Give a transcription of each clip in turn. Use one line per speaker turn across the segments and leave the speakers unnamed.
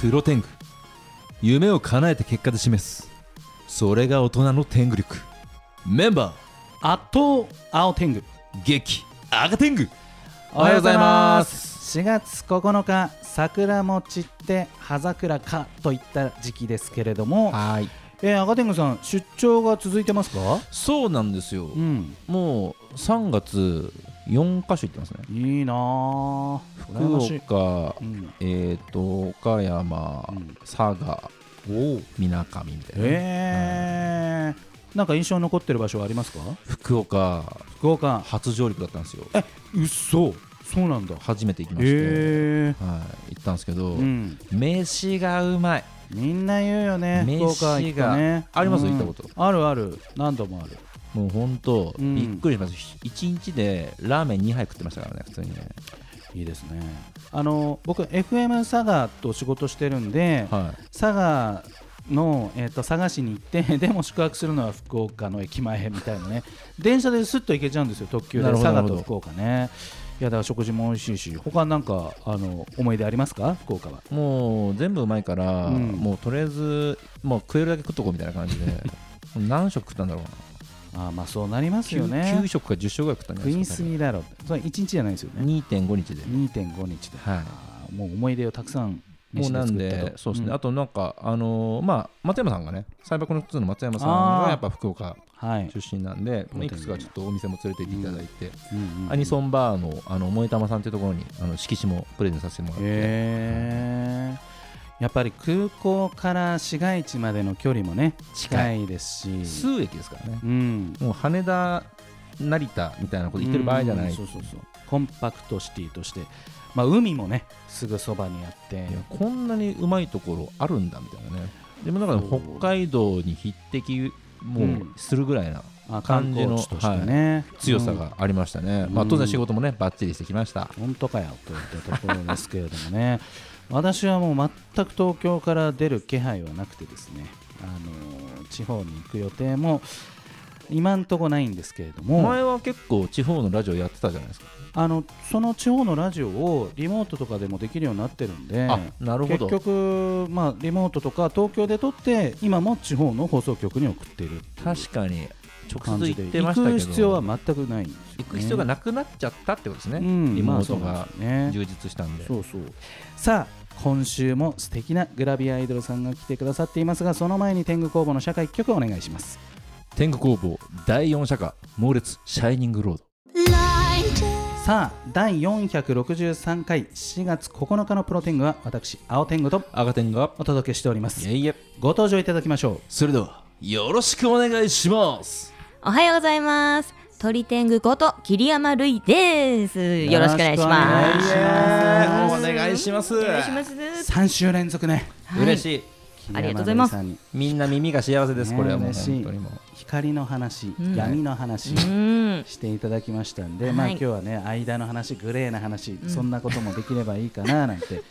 プロテング夢を叶えて結果で示すそれが大人の天狗力メンバ
圧倒青天狗
ー激赤天狗
お
はようございます
4月9日桜も散って葉桜かといった時期ですけれども、
はい。
えー、赤天狗さん出張が続いてますか
そうなんですよ。
ん
もう3月4カ所行ってますね。
いいなあ
福岡、
うん
えっ、と岡山、
うん
佐賀、水上みたいな。
えー、なんか印象に残ってる場所はありますか
福岡
福岡
初上陸だったんですよ。
えうっそそうなんだ
初めて行きまして、
へえ
はい、行ったんですけど、
うん、
飯がうまい。
みんな言うよね
飯
福岡行くとね
があります
うん
行ったこと
あるある何度もある
もう本当、
うん
びっくりします。1日でラーメン2杯食ってましたからね普通にね。
いいですねあの僕 FM 佐賀と仕事してるんで、
はい。
佐賀の、えっと佐賀市に行って でも宿泊するのは福岡の駅前みたいなね電車ですっと行けちゃうんですよ特急で
なるほ
佐
ど
賀
なる
と
ほど
福岡ねいやだから食事も美味しいし他なんかあの思い出ありますか福岡は
もう全部うまいから、
うん
もうとりあえずもう食えるだけ食っとこうみたいな感じ で何食食ったんだろうな
あーまあそうなりますよ
9,
ね
食か10食ぐらい食ったんじゃな
食
いで
い
す
す
か
ぎだろそれ1日じゃないですよね
多分2.5日で、
2.5日で、
はい
あーもう思い出をたくさん
もう
飯で
なん
作ったと
でそうですね、
ん
あとなんかあのーまあ松山さんがねサイバーコネクトの松山さん
あ
が
ー
やっぱ福岡
はい、
出身なんで、
うん
いくつかちょっとお店も連れて行っていただいて、
うんうんうん
アニソンバーのあの萌えたまさんっていうところにあの色紙もプレゼントさせてもらって、
へえやっぱり空港から市街地までの距離もね近いですし、
数駅ですからね
うん、
もう羽田成田みたいなこと言ってる場合じゃない、
うんそうそうそうコンパクトシティとして、まあ、海もねすぐそばにあって
いやこんなにうまいところあるんだみたいなねでもなんかね
そ
北
う
海道に匹敵も
うん
うするぐらいな
まあ観光地としてね、
強さがありましたね、
うん
まあ、当然仕事もねばっちりしてきました、
本当かよといったところですけれどもね私はもう全く東京から出る気配はなくてですね、あのー地方に行く予定も今んとこないんですけれども
前は結構地方のラジオやってたじゃないですか、
あのその地方のラジオをリモートとかでもできるようになってるんで
あなるほ
結
ど
局、まあ、リモートとか東京で撮って今も地方の放送局に送っている
確かに直
感
接
じ
行っ
で
てま
行
したけど
く必要は全くないんですよね、
行く必要がなくなっちゃったってことですね、
うん
リ
ま
モ
あ
ー
そ
ト
うなん
が
ですよね
充実したんで、
そうそうさあ今週も素敵なグラビアアイドルさんが来てくださっていますがその前に天狗工房の社会一曲お願いします
天狗工房第4社歌猛烈シャイニングロード
さあ第463回4月9日のプロ天狗は私青天狗と
赤天が
お届けしておりま
い
す
えいえ
ご登場いただきましょう
それではよろしくお願いします
おはようございます。鳥天狗こと桐山るいです。よろしくお願いしま
よろしくお願いします
す。
お願いします
お願いします。
3週連続ね
はい
嬉しい
ありがとうございます
桐山瑠衣さんに
みんな耳が幸せです、
ね
これはもう
嬉しい
本当にもう
光の話、
ん
闇の話、
うん。
していただきましたんで、
はい
まあ今日はね間の話グレーな話、そんなこともできればいいかななんて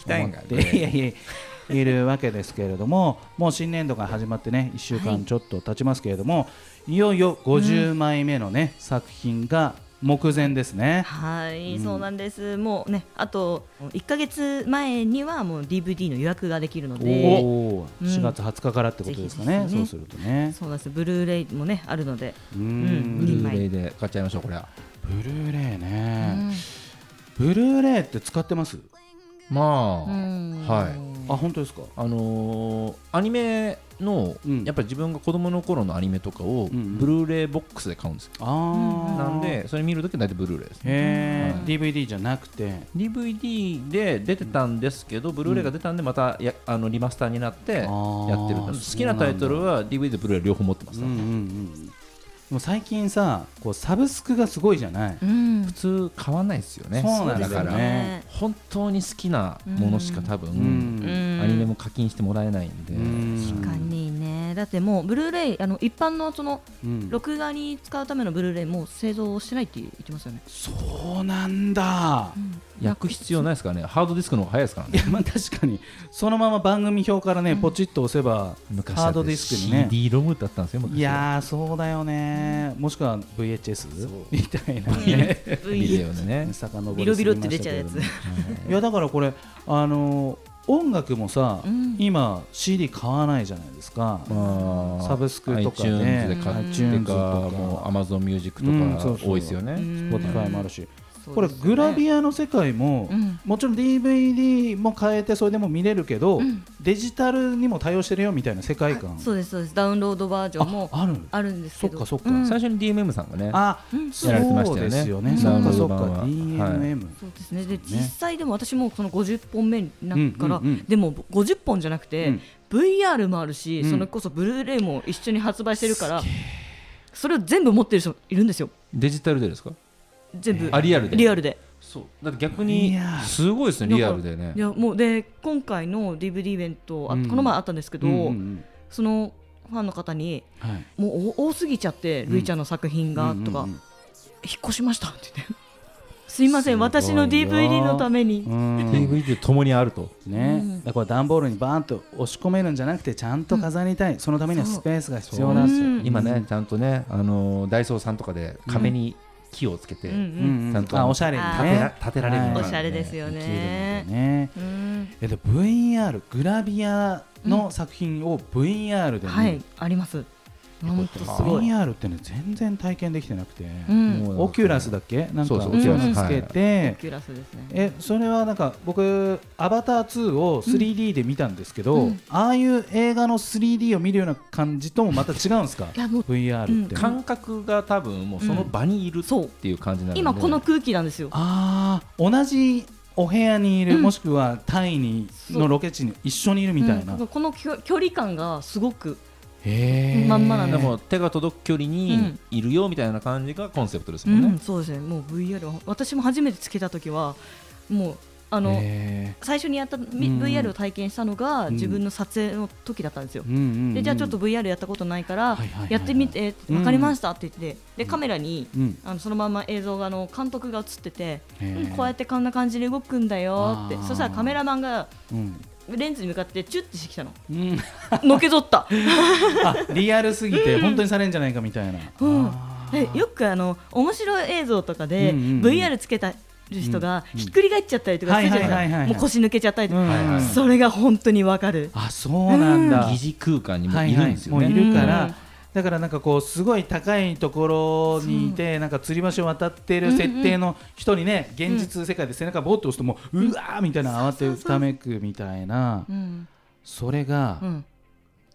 きたい
思
ん
っ
か
て
グレー
いやいやいるわけですけれどももう新年度が始まってね1週間ちょっと経ちますけれども、い、よいよ50枚目のね、作品が目前ですね。
はい、そうなんです。もうね、あと一ヶ月前にはもう DVD の予約ができるので、
おお
うん
4月20日からってことですかね、
ぜひ
そ
ぜひね
うするとね。
そうなんです。ブルーレイもねあるので、
う
ブ
ん
ルーレイで買っちゃいましょうこれは
ブルーレイね、ブルーレイって使ってます
ま
う
あ、
ん
はい
あ本当ですか
あのーアニメの、
うん
やっぱり自分が子供の頃のアニメとかを、
うんうん
ブルーレイボックスで買うんですよ
あー
なんでそれ見るときは大体ブルーレイですね
へー
うん
DVD じゃなくて
DVD で出てたんですけど、ブルーレイが出たんでまたやあのリマスターになってやってる
あー
好きなタイトルは DVD とブルーレイ両方持ってます、
うんうんうんでも最近さこうサブスクがすごいじゃない、
うん
普通買わないですよね
そうなん
で
だ
すよ
だから
ね。
本当に好きなものしか多分、
うん
うん
アニメも課金してもらえないんで、
うん
確かにね。だってもうブルーレイあの一般のその
うん
録画に使うためのブルーレイもう製造してないって言ってますよね。
そうなんだ、
ん
焼く必要ないですからねハードディスクの方が早いですから
い
ね
やまあ確かにそのまま番組表からねポチッと押せば
昔
ハードディスクにね
CD ロムだったんですよ昔
いやーそうだよねもしくは VHS みたいなね
ビデオでね
遡
ビ
り
ロ
す
ビ
ぎ
ロ
ま
って出
した
ち
けれ
ゃうや
ども
つ。
いやだからこれあのー音楽もさ、
うん
今 CD 買わないじゃないですか、
まあ
サブスクとかね
iTunes で買って
iTunes
か
とか
もう Amazon ミュージック
うんそ
と
う
か
そう
多いですよね、
うん
Spotify もあるし、
そう
これ
ですね
グラビアの世界も、
うん
もちろん DVD も変えてそれでも見れるけど、デジタルにも対応してるよみたいな世界観
そうですそうですダウンロードバージョンも
あある
あるんですけど
そっかそっか
うん
最初に DMM さんがね
あ、そう
やられてましたよね
ですよね。
うん
そっかそっか
ダウンロード版は
DMM、
そうですねで実際でも私もその50本目になってから、
うんうんうん
でも50本じゃなくて、
うん
VR もあるし、
うん
それこそブルーレイも一緒に発売してるからそれを全部持ってる人いるんですよ
デジタルでですか
全部、
あリアルで
リアルで
そうだって逆
い
に
やー
すごいですねリアルでね
いやもうで今回の DVD イベントあ
うん
この前あったんですけど、
うんうんうん
そのファンの方に
はい
もう多多すぎちゃって、ルイちゃんの作品が、とか、
うん
引っ越しましたって言って すいません
すごいな
私の DVD のために、
うんうん
DVD で共にあると
ね、だから段ボールにバーンと押し込めるんじゃなくてちゃんと飾りたい、そのためにはスペースが必要なんですよ。
うん
今ねちゃんとねあのーダイソーさんとかで壁に木をつけて
うんう
立
うん
ん
うん
ちゃんと
あおしゃれに
てら
ね
立てられるようにな
お
る
しゃれです
ね
よ
できる
ね
んだよね。
うん
えっと VR グラビアの作品を VR で見る、
はいあります本当すごい
VR ってね全然体験できてなくて、
うん
もう
オキュラスだっけなんか
そうそう
オキュラス
うんつけて、
キュラスですね
えそれはなんか僕「アバター2」を 3D で見たんですけど、
うん
ああいう映画の 3D を見るような感じともまた違うんですか
いやもう
VR って、
うん
感覚が多分もうその場にいる
そう
っていう感じなので
今この空気なんですよ
あー同じお部屋にいる、
うん
もしくはタイにのロケ地に一緒にいるみたいな、
うんこの距距離感がすごく
へー
まんまなん
でも手が届く距離
う
に
ん
いるよみたいな感じがコンセプトです
う
もんね
んそうですねもう VR は私も初めてつけた時はもうあの
へ
最初にやったみ
うん
VR を体験したのが
うん
自分の撮影の時だったんですよ
ーうんうんうん
でじゃあちょっと VR やったことないか
はい
ら
はいはいはい
やってみて
うん
分かりましたって言ってでカメラに
うん
あのそのまま映像があの監督が映ってて、
へー
うんこうやってこんな感じで動くんだよって
あー
そしたらカメラマンが
うん
レンズに向かってチュッてしてきたの
うん
のけぞった、
あリアルすぎて本当にされんじゃないかみたいな、
うん
あ、ー
でよくあの面白い映像とかで
うんうんうん
VR つけた人が
うん
ひっくり返っちゃったりとかするじゃ
はいは
ないい
はいはいはい
もう腰抜けちゃったりとか、
うん
はいはい
それが本当にわかる
あそうなんだ、
疑似空間にも
はい
い
は
る
い
んですよ
もう
ね、
いるから、
うん
だからなんかこうすごい高いところにいてなんか吊り橋を渡ってる設定の人にね、現実世界で背中ボーッと押すともう、うわーみたいな慌てふためくみたいな
うん、
それが
うん、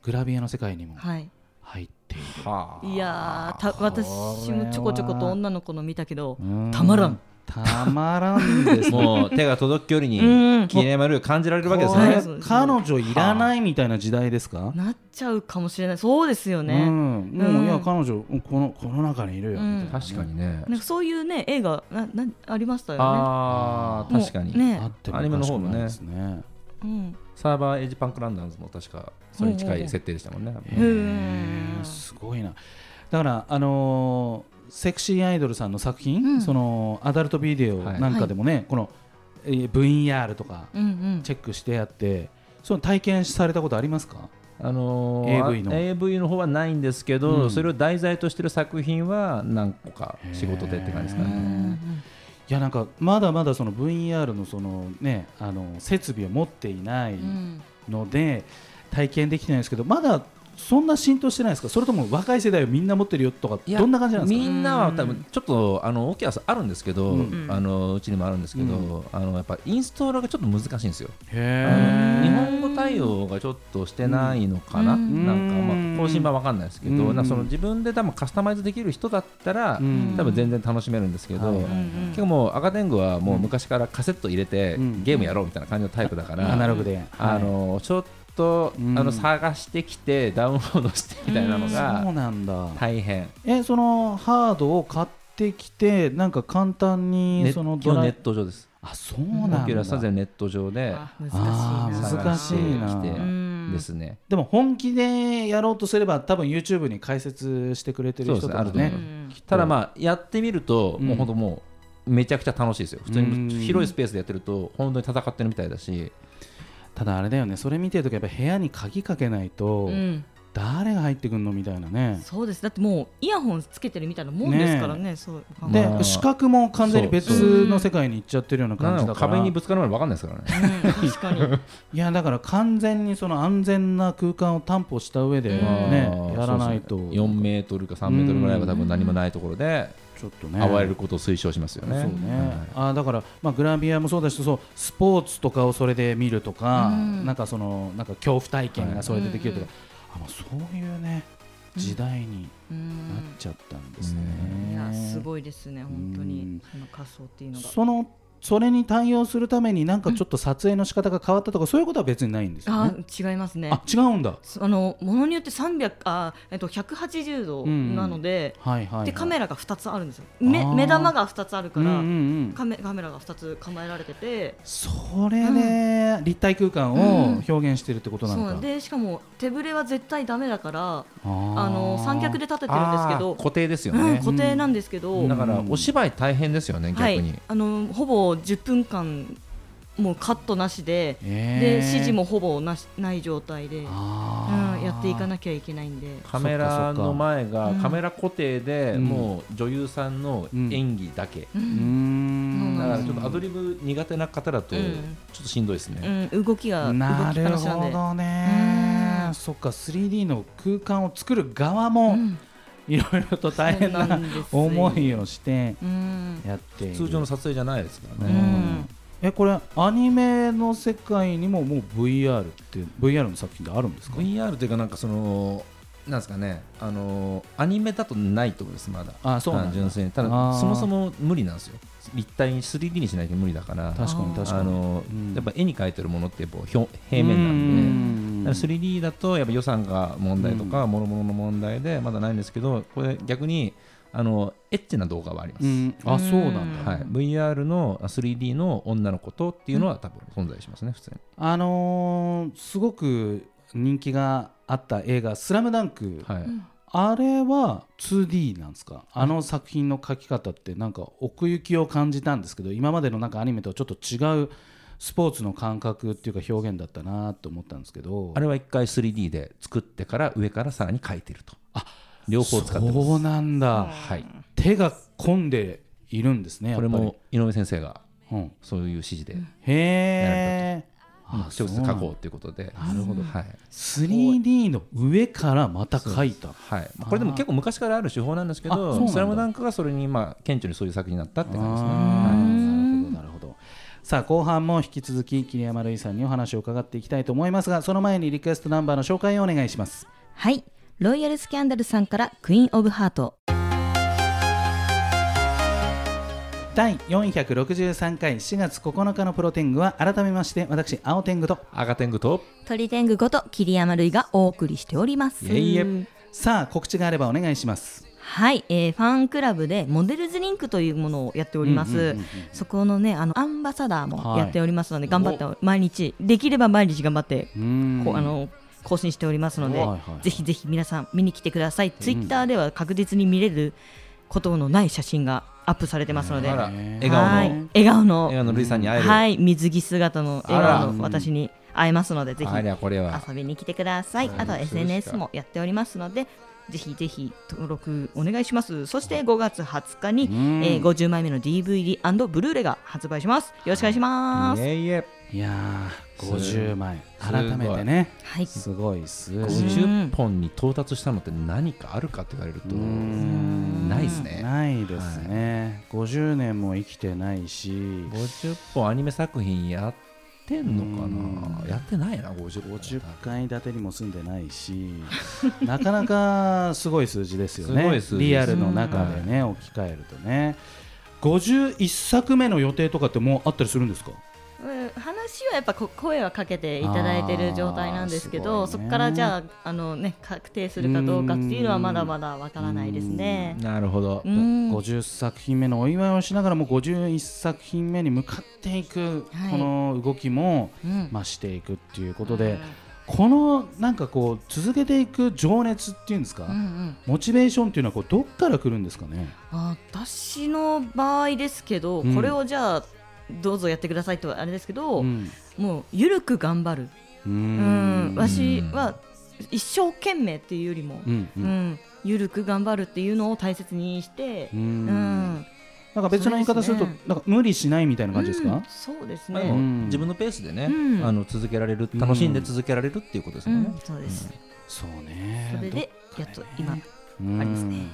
グラビアの世界にも
はい
入っている、
はい
やーた
これ
私
は
もちょこちょこと女の子の見たけど
う
たまらん
たま らんですね
もう手が届く距離
う
に
ん
気になる感じられるわけです
こ
は
れ
い
ね。
そうです
彼女いらないみたいな時代ですか、
なっちゃうかもしれないそうですよね、
うん、もういや
うん
彼女このこの中にいるよみたいな、
確かにね。
なんかそういうね映画ななありましたよね。
ああ
もう
確かに、
ね
あっても
アニメの方もね
おかしくないですね
うん。
サーバーエイジパンクランダーズも確かそれに近い設定でしたもんね。
うーん
すごいなだからあのーセクシーアイドルさんの作品、
うん
そのアダルトビデオなんかでもね、この、えー VR とか
うんうん。
チェックしてやってその体験されたことありますか
あのー
AV の
AV の方はないんですけど、
うん
それを題材としてる作品は何個か仕事でって感じですか
へ
ね。
うんうん
いやなんかまだまだその VR のそのねあの設備を持っていない
うん
ので、体験できてないんですけどまだそんな浸透してないですかそれとも若い世代をみんな持ってるよとか
いや
どんな感じなんですか
みんなは多分ちょっとあの大きいやつあるんですけど、
うん
あのうちにもあるんですけど、
うん
あのやっぱインストールがちょっと難しいんですよ。
へ
日本語対応がちょっとしてないのかな、
うん
なんかまあ更新版わかんないですけど、
うん
なんかその自分で多分カスタマイズできる人だったら、
うん
多分全然楽しめるんですけど、
はいはい
うん
結構もう赤天狗はもう昔からカセット入れて、
うん
ゲームやろうみたいな感じのタイプだから、
アナログで、
あのちょっと、
うん
あの探してきてダウンロードしてみたいなの
そう
が
なんだ
大変。
えそのハードを買ってきてなんか簡単に
ね
そ
基
の
本
ドラ
ネ
イ
ット上です。
あそうなんだ
オキュラスは全部ネット上で
あ難しい
あ
な。
ー難しいな
探してきて
うん
ですね。
でも本気でやろうとすれば多分 YouTube に解説してくれてる人とか
そうです
ね
ねあると
う
思
ん
ただまあやってみると、
うん
もう本当もめちゃくちゃ楽しいですよ普通
うん
に広いスペースでやってると本当に戦ってるみたいだし、
ただあれだよねそれ見てるときやっぱ部屋に鍵かけないと、
うん、
誰が入ってくんのみたいなね
そうですだってもうイヤホンつけてるみたいなもんですからねそう考え
で、
る
まあ
視覚も完全に別の世界に行っちゃってるような感
なん
じ
か
だから
壁にぶつかるまで分かんないですからね。
とうん確かに
いやだから完全にその安全な空間を担保した上でね、
うん
やらないと
そうですね4メートルか3メートルぐらいは多分何もないところで
ちょっとね
暴れることを推奨しますよね。
そうね、
はい
あーだから、まあ、グラビアもそうだしそうスポーツとかをそれで見るとか、
うん
なんかそのなんか恐怖体験がそれでできるとか、あまあ、そういうね
うん
時代に
う
なっ
ん
ちゃったんですね。
いやすごいですね本当
う
に
ん
その仮想っていうのが
そのそれに対応するためになんかちょっと撮影の仕方が変わったとか、そういうことは別にないんですよ
あ
ね。
違いますね
あ違うんだ。
そあのものによって300あ、えっと、180度なので,、
はいはい、はい。
でカメラが2つあるんですよ
あ
目
ー
目玉が2つあるから、
うんうんうん
カメカメラが2つ構えられてて
それで立体空間を表現してるってことなの
そ
か。
うでしかも手ぶれは絶対ダメだから
あ
あの三脚で立ててるんですけ
あー
ど、
固定ですよ
うん、
ね。
固定なんですけど、
うん
だからお芝居大変ですよね、
は
逆に
い。、あのほぼ10分間もうカットなしで、
えー
で指示もほぼなしない状態で、うん、
あー
やっていかなきゃいけないんで。
カメラの前が
そっか
カメラ固定でもう女優さんの演技だけ、
う
うー
ん
ん
だからちょっとアドリブ苦手な方だとち
う
ょ
ん
っとしんどいですね、
うん動きが動きっ
な
ぱ
る
なしなん
ほ
で、
どね
うん
そっか 3D の空間を作る側も
うん
いろいろと大変
そうな
なん
ですよ
思いをして
うん、
やっている
通常の撮影じゃないですから
う
ね、
んえこれアニメの世界にももう VR って VR の作品ってあるんですか
VR というかなんかそのなんですかねあのアニメだとないと思いますまだ
あそうなんだ
単純性ただ
あー
そもそも無理なんですよ立体に 3D にしないと無理だから
確かに確かに
あの、
うん
やっぱ絵に描いてるものってやっぱ表平面なんで、
うん
だから 3D だとやっぱ予算が問題とか諸々の問題でまだないんですけどこれ逆にあのエッチな動画はあります、
うんあそうなんだ
はい、VR のあ 3D の女の子とっていうのは多分存在しますね普通に
あのーすごく人気があった映画「スラムダンク、
はい、
あれは 2D なんですかあの作品の描き方ってなんか奥行きを感じたんですけど今までのなんかアニメとはちょっと違うスポーツの感覚っていうか表現だったなと思ったんですけど
あれは一回 3D で作ってから上からさらに描いてると両方使ってます
そうなんだ、
はい、
手が込んでいるんですねやっ
こ
ぱ
れ
り
も井上先生が
うん、
そういう指示で
へえ
直接描こうということでなるほどはい、
3D の上からまた描いた
はい、これでも結構昔からある手法なんですけ
あそう
ど
なんだ
スラムダンクがそれにまあ顕著にそういう作品になったって感じですね
あーなるほどなるほどさあ後半も引き続き桐山類さんにお話を伺っていきたいと思いますがその前にリクエストナンバーの紹介をお願いします
はい、ロイヤルスキャンダルさんからクイーンオブハート。
第463回4月9日のプロテングは改めまして私青天狗と
赤天狗と
鳥天狗こと桐山類がお送りしております。
いえいえ
さあ告知があればお願いします
はい、えーファンクラブでモデルズリンクというものをやっております。そこのね、あのアンバサダーもやっておりますので、頑張って毎日できれば毎日頑張って、
うん
こうあの更新しておりますので、
はいはいはい
ぜひぜひ皆さん見に来てください。ツイッターでは確実に見れることのない写真がアップされてますので、
あら
は
ね
笑顔の
い
笑
笑顔の
顔のルイさんに会える、
はい水着姿の笑
あら
顔の私に会えますので、ぜひ
ありゃこれは
遊びに来てください。
はい
あとは
そうです
SNS
か
もやっておりますので、ぜひぜひ登録お願いします。そして5月20日に、
ん
えー50枚目の DVD& ブルーレイが発売します。よろしくお願いします。
いえいえ
いやー50枚
す
改めてね
はい。
すごい数字
50本に到達したのって何かあるかって言われると
うん
ないですね
ないですね、50年も生きてないし
50本アニメ作品やってんのか
う
なんやってないな50本
50階建てにも住んでないしなかなかすごい数字ですよ
すご
ね
い数字です
リアルの中でね、置き換えるとね51作目の予定とかってもうあったりするんですか
うん話はやっぱこ声はかけていただいてる状態なんですけ
あ
ど
ーす
そ
ごいね
こからじゃああの、ね、確定するかどうかっていうのはまだまだわからないですね。
なるほど
うん
50作品目のお祝いをしながらも51作品目に向かっていく
はい
この動きも、
うん
まあ、していくっていうことで、このなんかこう続けていく情熱っていうんですか、
うんうん
モチベーションっていうのはこうどっから来るんですかね。
あ私の場合ですけど、
うん
これをじゃあどうぞやってくださいとはあれですけど、
ん、
もうゆるく頑張る、
う
うん
ん
わしは一生懸命っていうよりも、
うんう
うんんゆるく頑張るっていうのを大切にして
う、
うん
んなんか別の言い方すると
そうですね
なんか無理しないみたいな感じです
うん
か。
そうです
まあ
ね、
で
う
も
ん
うん
自分のペースでね、
うん
あの続けられる
うん
楽しんで続けられるっていうことですもんね、
そうです、
そうね。
それでやっと今、
うん
ありますね。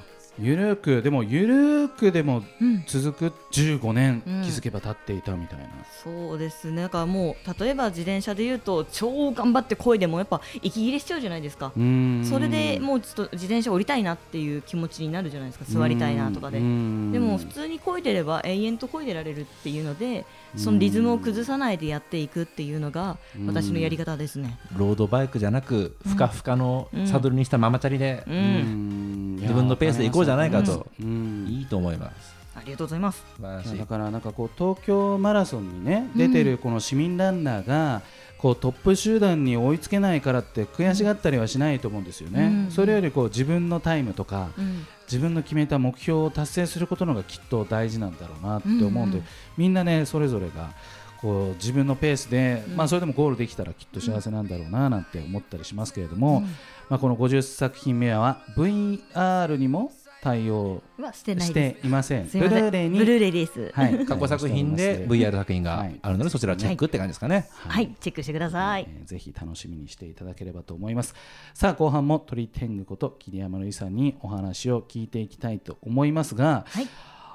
ゆるくでもゆるくでも
うん
続く15年、
うん
気づけば経っていたみたいな。
そうですねだからもう例えば自転車で言うと超頑張って漕いでもやっぱ息切れしちゃうじゃないですか、
うん
それでもうちょっと自転車降りたいなっていう気持ちになるじゃないですか座りたいなとかで、
うん
でも普通に漕いでれば永遠と漕いでられるっていうのでそのリズムを崩さないでやっていくっていうのが
うん
私のやり方ですね。
ロードバイクじゃなくふかふかの
うん
サドルにしたママチャリで
うん、
うんいや
自分のペースで行こうじゃないかと、
うん
いいと思います
ありがとうございます。
素晴らし
いや
い
だからなんかこう東京マラソンにね出てるこの市民ランナーがこうトップ集団に追いつけないからって悔しがったりはしないと思うんですよね、
うん
それよりこう自分のタイムとか
うん、
自分の決めた目標を達成することの方がきっと大事なんだろうなって思うんで、
うんうん
みんなねそれぞれがこう自分のペースで、
うん
まあ、それでもゴールできたらきっと幸せなんだろうななんて思ったりしますけれども、
うん
まあ、この50作品目は VR にも対応
はしてない
し
で
ていません。
す。す
ブ
み
ル
ませ
ー
ん。
レイに
ブルーレイです。はい、
はい、
過去作品で VR 作品があるのでそちらチェックって感じですかね、
チェックしてください。
えーぜひ楽しみにしていただければと思いますさあ後半も鳥天狗こと桐山瑠衣さんにお話を聞いていきたいと思いますが、
はい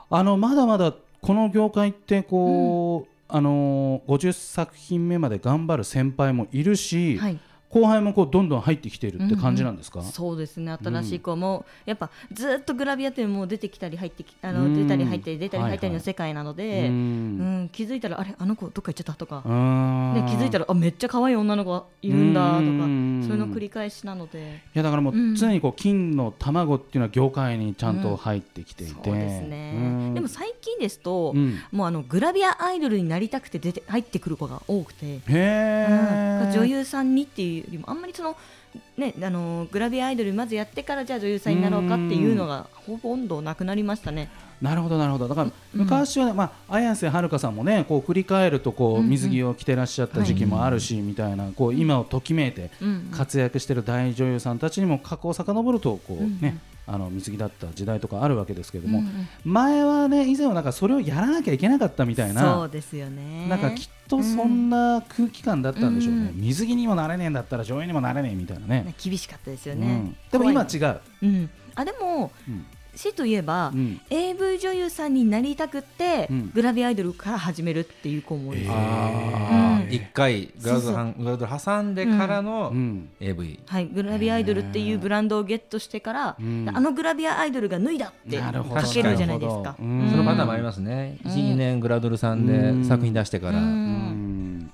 あのまだまだこの業界ってこう、あのー50作品目まで頑張る先輩もいるし、
はい、
後輩もこうどんどん入ってきてるって感じなんですか、
そうですね新しい子も、やっぱずっとグラビアってもう出てきたり入ってきあ
う
の
ん
出たり入ったり出たり入った
はいは
りの
い
世界なの
う
で、うん
ん
気づいたらあれあの子どっか行っちゃったとか、
うーん
ね、気づいた
ら
らあめっちゃ可愛い女の子がいるんだとか、
うん
それの繰り返しなので。
いやだからも
う
うん常にこう金の卵っていうのは業界にちゃんと入ってきていて、
そうですね、
うん
でも最近ですと、
うん
もうあのグラビアアイドルになりたくて出て入ってくる子が多くて、
へ
うん
え、
女優さんにっていうよりもあんまりその、ね、あのグラビアアイドルまずやってからじゃあ女優さんになろうかっていうのがほぼんどなくなりましたね。
なるほどなるほどだから昔はね、まあ、綾瀬はるかさんもねこう振り返るとこう水着を着てらっしゃった時期もあるし、みたいなこう今をときめいて
うんうん
活躍してる大女優さんたちにも過去を遡るとこう、ねあの水着だった時代とかあるわけですけれども、
うんうん
前はね以前はなんかそれをやらなきゃいけなかったみたいな
そうですよね
なんかきっとそんな空気感だったんでしょうね、
う
水着にもなれねえんだったら女優にもなれねえみたいな
ね
ね
厳しかったですよ
う
ね
ん。でも今
怖
違う、
い、うん、あでも
うん
死といえば、
うん
AV 女優さんになりたくって、
うん
グラビアアイドルから始めるっていう子もいる、
あ
うん
ー一回グラドルはんグラドル挟んでからの
うん
AV
はい、グラビアアイドルっていうブランドをゲットしてから、
うん
あのグラビアアイドルが脱いだって
なるほ
ど
かけるじゃないです
なる
か。
ほどうん
うん
そのパターンもありますね、
うん
1、2年グラドルさん
うん
で作品出してから、
うん
うん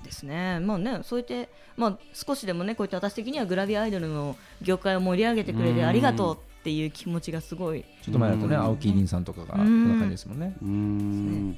ですね。まあね、そうやって、まあ、少しでもね、こういった私的にはグラビアアイドルの業界を盛り上げてくれ
う
て
ん
ありがとうっていう気持ちがすごい。
ちょっと前だとね、
うん
青木凛さんとかがこ
うん
んな感じですもんね。
うーん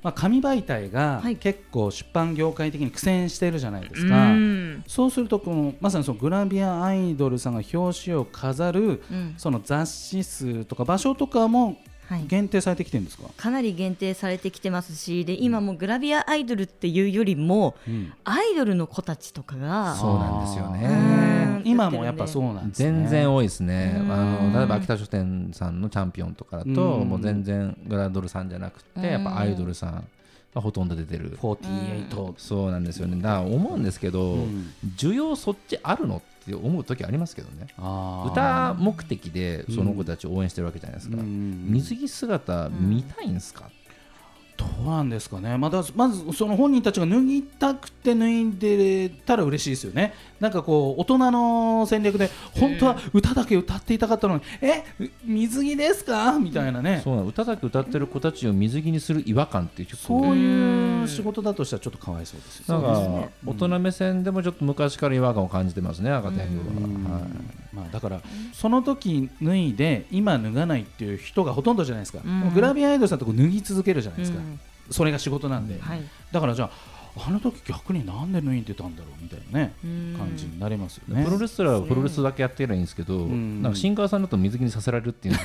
まあ、紙媒体が
はい
結構出版業界的に苦戦してるじゃないです
う
か、
ん
そうするとこのまさにそのグラビアアイドルさんが表紙を飾る
うん
その雑誌数とか場所とかも
はい。
限定されてきてるんですか、
かなり限定されてきてますし、で、今もうグラビアアイドルっていうよりも、
うん
アイドルの子たちとかが。
そうなんですよね
あー
うん
今もやっぱそうなんですね
全然多いですね、
うん
あの例えば秋田書店さんのチャンピオンとかだと、
うん
もう全然グラドルさんじゃなくて、やっぱアイドルさんがほとんど出てる、
48
そうなんですよねだから思うんですけど、
うん
需要そっちあるのって思う時ありますけどね
あー
歌目的でその子たちを応援してるわけじゃないですか、
うん
水着姿見たいんすか、
どうなんですかね、まだまずその本人たちが脱ぎたくて脱いでたら嬉しいですよね、なんかこう、大人の戦略で、本当は歌だけ歌っていたかったのに、え水着ですかみたいなね、
そうなの歌だけ歌ってる子たちを水着にする違和感って結構
そういう仕事だとしたら、ちょっとかわいそうですよ
なん
ね。
か大人目線でもちょっと昔から違和感を感じてますね、赤天
うん
狗は。はい
まあ、だからその時脱いで今脱がないっていう人がほとんどじゃないですか、
ん
グラビアアイドルさんとこう脱ぎ続けるじゃないですか、
うん
それが仕事なんで、
はい。
だからじゃああの時逆になんで脱いでたんだろうみたいなね感じになりますよね
プロレスラーはプロレスだけやってればいいんですけど、
ん
なんかシンガーさんだと水着にさせられるっていう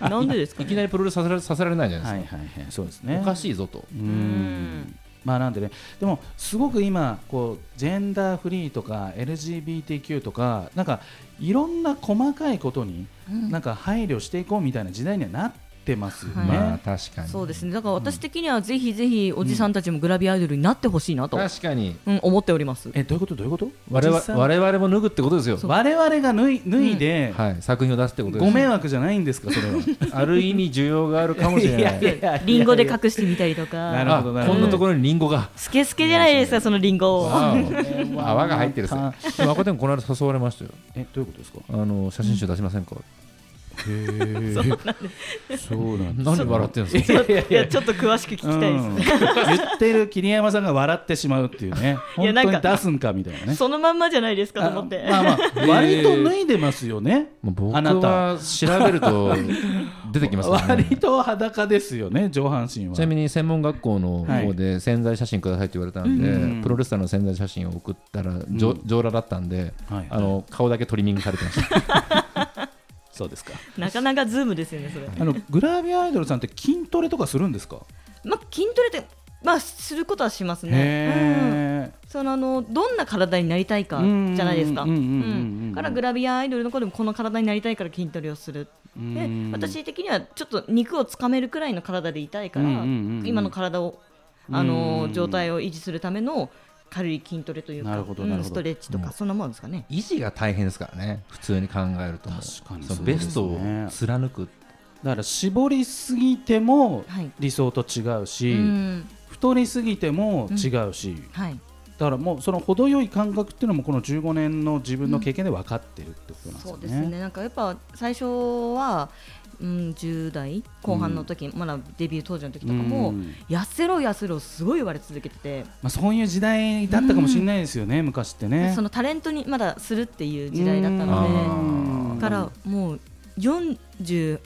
の
なんでですか
をいきなりプロレスさせられさせられないじゃ
は
ない
い
です
はいはいそうです
か、
ね
おかしいぞと
うーんまあなんでねでもすごく今こうジェンダーフリーとか LGBTQ とかなんかいろんな細かいことになんか配慮していこうみたいな時代にはなってますよね。
はい
まあ確かに
そうですねだから私的にはぜひぜひおじさんたちもグラビアアイドルになってほしいなと、
確かに
うん、思っております
えどういうことどういうこと
我々
実際
我々も脱ぐってことですよ、
我々が脱い脱いで、
はい、作品を出すってことです
ご迷惑じゃないんですかそれは。
ある意味需要があるかもしれない
いやいやいや
リンゴで隠してみたりと
な
か
る
あ
ほ
こ
ど
ん
なるほど
なところにリンゴ が
スケスケじゃないですかそのリンゴを
わお泡が入ってるっす
ま
ねでも赤点この間誘われましたよ
えどういうことですか
あの写真集出しませんか、
そうなん
何笑ってんですか
いやい
いやちょっと詳しく聞きたいです、
うん言ってる桐山さんが笑ってしまうっていうね
いや
本
な
当
んか
に出すんかみたいなね
そのまんまじゃないですか
あ
と思って、
まあまあ 割と脱いでますよね、
もう僕
あなた
は調べる と出てきますからね
割と裸ですよね上半身は
ちなみに専門学校の
はい
方で潜在写真くださいって言われたんで、
うん
プロレスラーの潜在写真を送ったらじょ
うん
上裸だったんで、
はい
あの顔だけトリミングされてました
そうですか
なかなかズームですよねそれ、
あのグラビアアイドルさんって筋トレとかするんですか、
まあ、筋トレってまあすることはしますね、
へ
うん、そのあのどんな体になりたいかじゃないですか
うんうんうんうんうん
うんからグラビアアイドルの子でもこの体になりたいから筋トレをする
え
で私的にはちょっと肉をつかめるくらいの体でいたいから、
うんうんうんうん
今の体をあのー状態を維持するための軽い筋トレという
な
か
るほどなるほど
ストレッチとか、
うん
そんなもんですかね。
維持が大変ですからね普通に考えるとも
確かに
そ
そ
の
うで
ベ
すね
ストを貫く
だから絞りすぎても
はい
理想と違うし、
うん
太りすぎても違うし、
はい、
だからもうその程よい感覚っていうのもこの15年の自分の経験で分かってるってことなんです
そ
よ
う
ね。
ですねなんかやっぱ最初は、うん、10代後半の時、まだデビュー当時の時とかも、
うん
痩せろ痩せろすごい言われ続けてて、
まあ、そういう時代だったかもしれないですよね、昔ってね。
そのタレントにまだするっていう時代だったの
う
で
ん
あー
だからもう48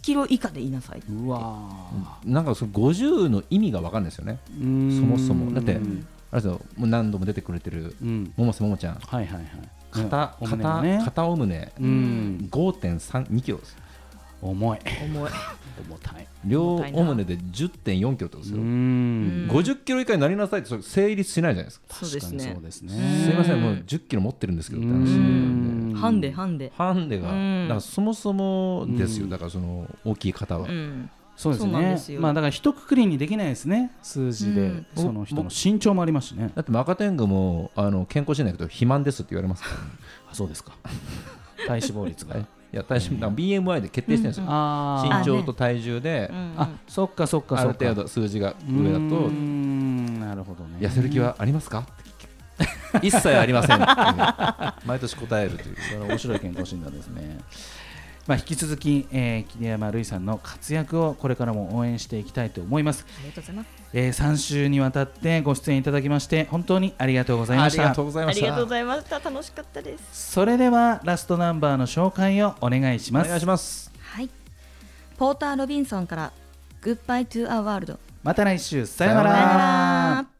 キロ以下で言いなさい、
うわ
なんかその50の意味が分かんないですよね
ーうん
そもそもだって
うん
あれですよもう何度も出てくれてる
うん
百瀬ももちゃん
はいはいはい
肩
うんお胸
肩
がね
肩お胸
うん
5.32キロです
重い
重い
重たい
両お胸で10.4キロってことです
う
よ
ん
50キロ以下になりなさいってそれ成立しないじゃないですか
そうです
確かに
ね
そうです
うん
ね
すいませんもう10キロ持ってるんですけどって話なん
う
で
ん
ハンデハンデ
ハンデが
うん
だからそもそもです
う
よ
ん
だからその大きい方は
うん
そうです
そうなん
ね
ですよ
まあだから一括りにできないですね数字で、
うん
その人の身長もありますしね
だってマカテングもあの健康診断行くと肥満ですって言われますからね
あそうですか 体脂肪率が、
はいいや体脂なんか BMI で決定してるんですよ
あー
身長と体重で
うん
あそっかそっか
あ
そ
る
っか
程度数字が上だ
う
と
ーんなるほどね
痩せる気はありますかって聞く一切ありませんって いう毎年答えるという
それは面白い健康診断ですね。まあ、引き続き、えー、桐山瑠衣さんの活躍をこれからも応援していきたいと思います、
ありがとうございます
えー、3週にわたってご出演いただきまして本当にありがとうござい
あ
ま
り
し
が
た
とうござい
あ
まし
り
た
がとうございました楽しかったです
それではラストナンバーの紹介をお願いしま
お
す
願いします
はいポーター・ロビンソンから「グッバイ・トゥ・ア・ワールド」
また来週さよな
さよ
さよな
ら
ら